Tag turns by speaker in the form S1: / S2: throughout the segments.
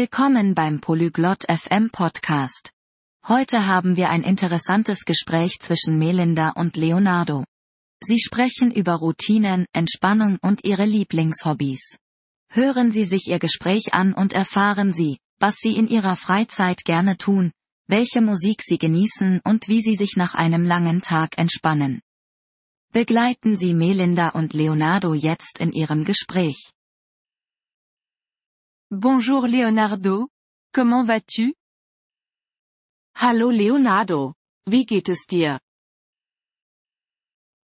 S1: Willkommen beim Polyglot FM Podcast. Heute haben wir ein interessantes Gespräch zwischen Melinda und Leonardo. Sie sprechen über Routinen, Entspannung und ihre Lieblingshobbys. Hören Sie sich Ihr Gespräch an und erfahren Sie, was Sie in Ihrer Freizeit gerne tun, welche Musik Sie genießen und wie Sie sich nach einem langen Tag entspannen. Begleiten Sie Melinda und Leonardo jetzt in ihrem Gespräch.
S2: Bonjour Leonardo. Comment vas-tu?
S3: Hallo Leonardo. Wie geht es dir?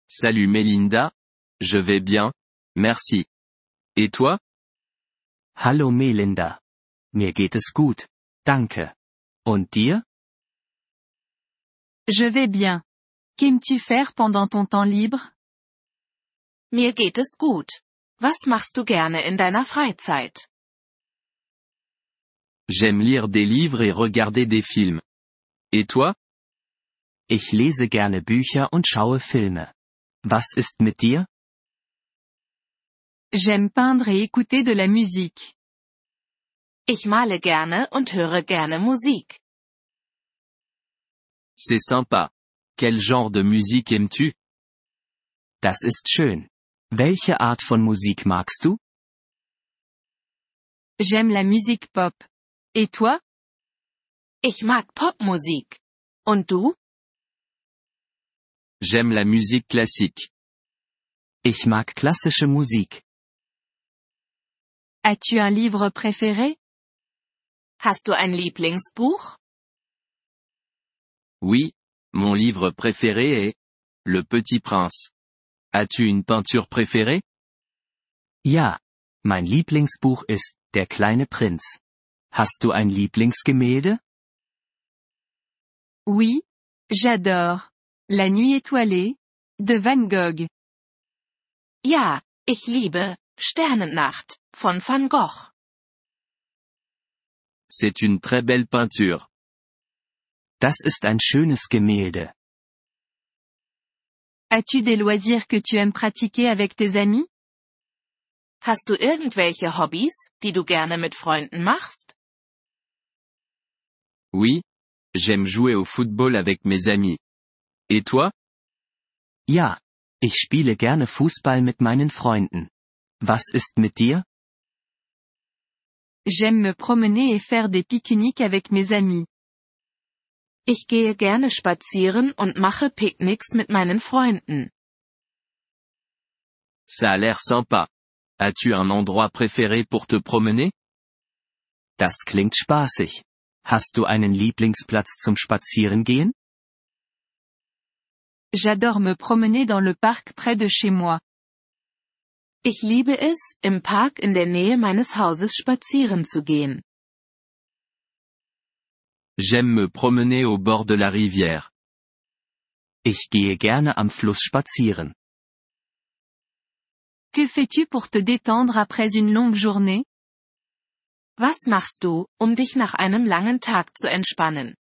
S4: Salut Melinda. Je vais bien. Merci. Et toi?
S5: Hallo Melinda. Mir geht es gut. Danke. Und dir?
S2: Je vais bien. Qu'aimes-tu faire pendant ton temps libre?
S3: Mir geht es gut. Was machst du gerne in deiner Freizeit?
S4: J'aime lire des livres et regarder des films. Et toi?
S5: Ich lese gerne Bücher und schaue Filme. Was ist mit dir?
S2: J'aime peindre et écouter de la musique.
S3: Ich male gerne und höre gerne Musik.
S4: C'est sympa. Quel genre de musique aimes-tu?
S5: Das ist schön. Welche Art von Musik magst du?
S2: J'aime la musique pop. Et toi?
S3: Ich mag Popmusik. Und du?
S4: J'aime la musique classique.
S5: Ich mag klassische Musik.
S2: As-tu un livre préféré?
S3: Hast du ein Lieblingsbuch?
S4: Oui, mon livre préféré est Le Petit Prince. As-tu une peinture préférée?
S5: Ja. Mein Lieblingsbuch ist Der kleine Prinz. Hast du ein Lieblingsgemälde?
S2: Oui. J'adore. La nuit étoilée. De Van Gogh.
S3: Ja, ich liebe Sternennacht von Van Gogh.
S4: C'est une très belle peinture.
S5: Das ist ein schönes Gemälde.
S2: As-tu des loisirs que tu aimes pratiquer avec tes amis?
S3: Hast du irgendwelche Hobbys, die du gerne mit Freunden machst?
S4: Oui. J'aime jouer au football avec mes amis. Et toi?
S5: Ja. Ich spiele gerne Fußball mit meinen Freunden. Was ist mit dir?
S2: J'aime me promener et faire des pique-niques avec mes amis.
S3: Ich gehe gerne spazieren und mache Picknicks mit meinen Freunden.
S4: Ça a l'air sympa. As-tu un endroit préféré pour te promener?
S5: Das klingt spaßig. Hast du einen Lieblingsplatz zum Spazierengehen?
S2: J'adore me promener dans le parc près de chez moi.
S3: Ich liebe es, im Park in der Nähe meines Hauses spazieren zu gehen.
S4: J'aime me promener au bord de la rivière.
S5: Ich gehe gerne am Fluss spazieren.
S2: Que fais-tu pour te détendre après une longue journée?
S3: Was machst du, um dich nach einem langen Tag zu entspannen?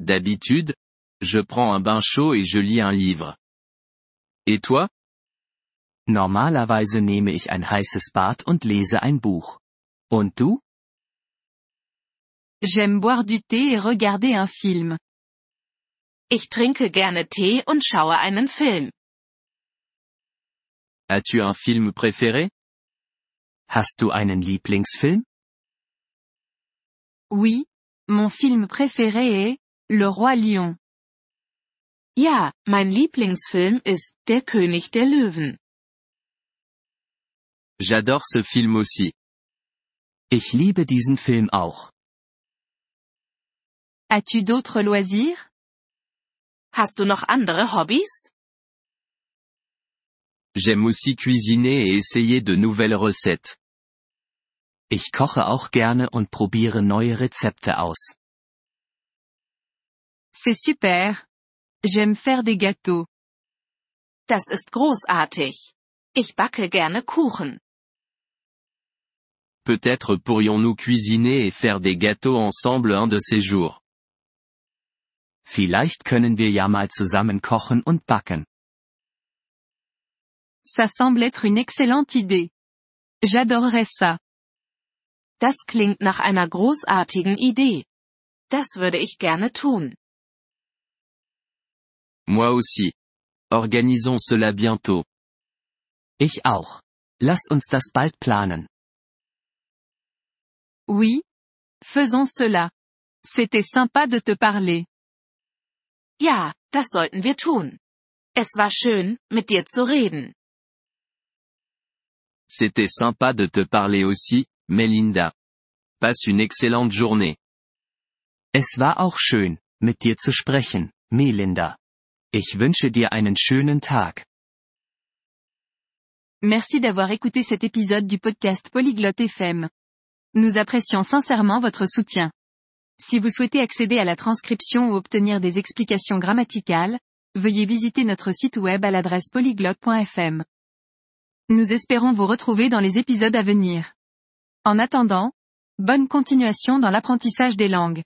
S4: D'habitude, je prends un bain chaud et je lis un livre. Et toi?
S5: Normalerweise nehme ich ein heißes Bad und lese ein Buch. Und du?
S2: J'aime boire du thé et regarder un film.
S3: Ich trinke gerne Tee und schaue einen Film.
S4: As-tu un film préféré?
S5: Hast du einen Lieblingsfilm?
S2: Oui. Mon film préféré est Le Roi Lion.
S3: Ja, mein Lieblingsfilm ist Der König der Löwen.
S4: J'adore ce film aussi.
S5: Ich liebe diesen Film auch.
S2: As-tu d'autres loisirs?
S3: Hast du noch andere Hobbys?
S4: J'aime aussi cuisiner et essayer de nouvelles recettes.
S5: Ich koche auch gerne und probiere neue Rezepte aus.
S2: C'est super. J'aime faire des gâteaux.
S3: Das ist großartig. Ich backe gerne Kuchen.
S4: Peut-être pourrions-nous cuisiner et faire des gâteaux ensemble un de ces jours.
S5: Vielleicht können wir ja mal zusammen kochen und backen.
S2: Ça semble être une excellente idée. J'adorerais ça.
S3: Das klingt nach einer großartigen Idee. Das würde ich gerne tun.
S4: Moi aussi. Organisons cela bientôt.
S5: Ich auch. Lass uns das bald planen.
S2: Oui. Faisons cela. C'était sympa de te parler.
S3: Ja, das sollten wir tun. Es war schön, mit dir zu reden.
S4: C'était sympa de te parler aussi, Melinda. Passe une excellente journée.
S5: Es war auch schön, mit dir zu sprechen, Melinda. Ich wünsche dir einen schönen Tag.
S2: Merci d'avoir écouté cet épisode du podcast Polyglotte FM. Nous apprécions sincèrement votre soutien. Si vous souhaitez accéder à la transcription ou obtenir des explications grammaticales, veuillez visiter notre site web à l'adresse polyglotte.fm. Nous espérons vous retrouver dans les épisodes à venir. En attendant, bonne continuation dans l'apprentissage des langues.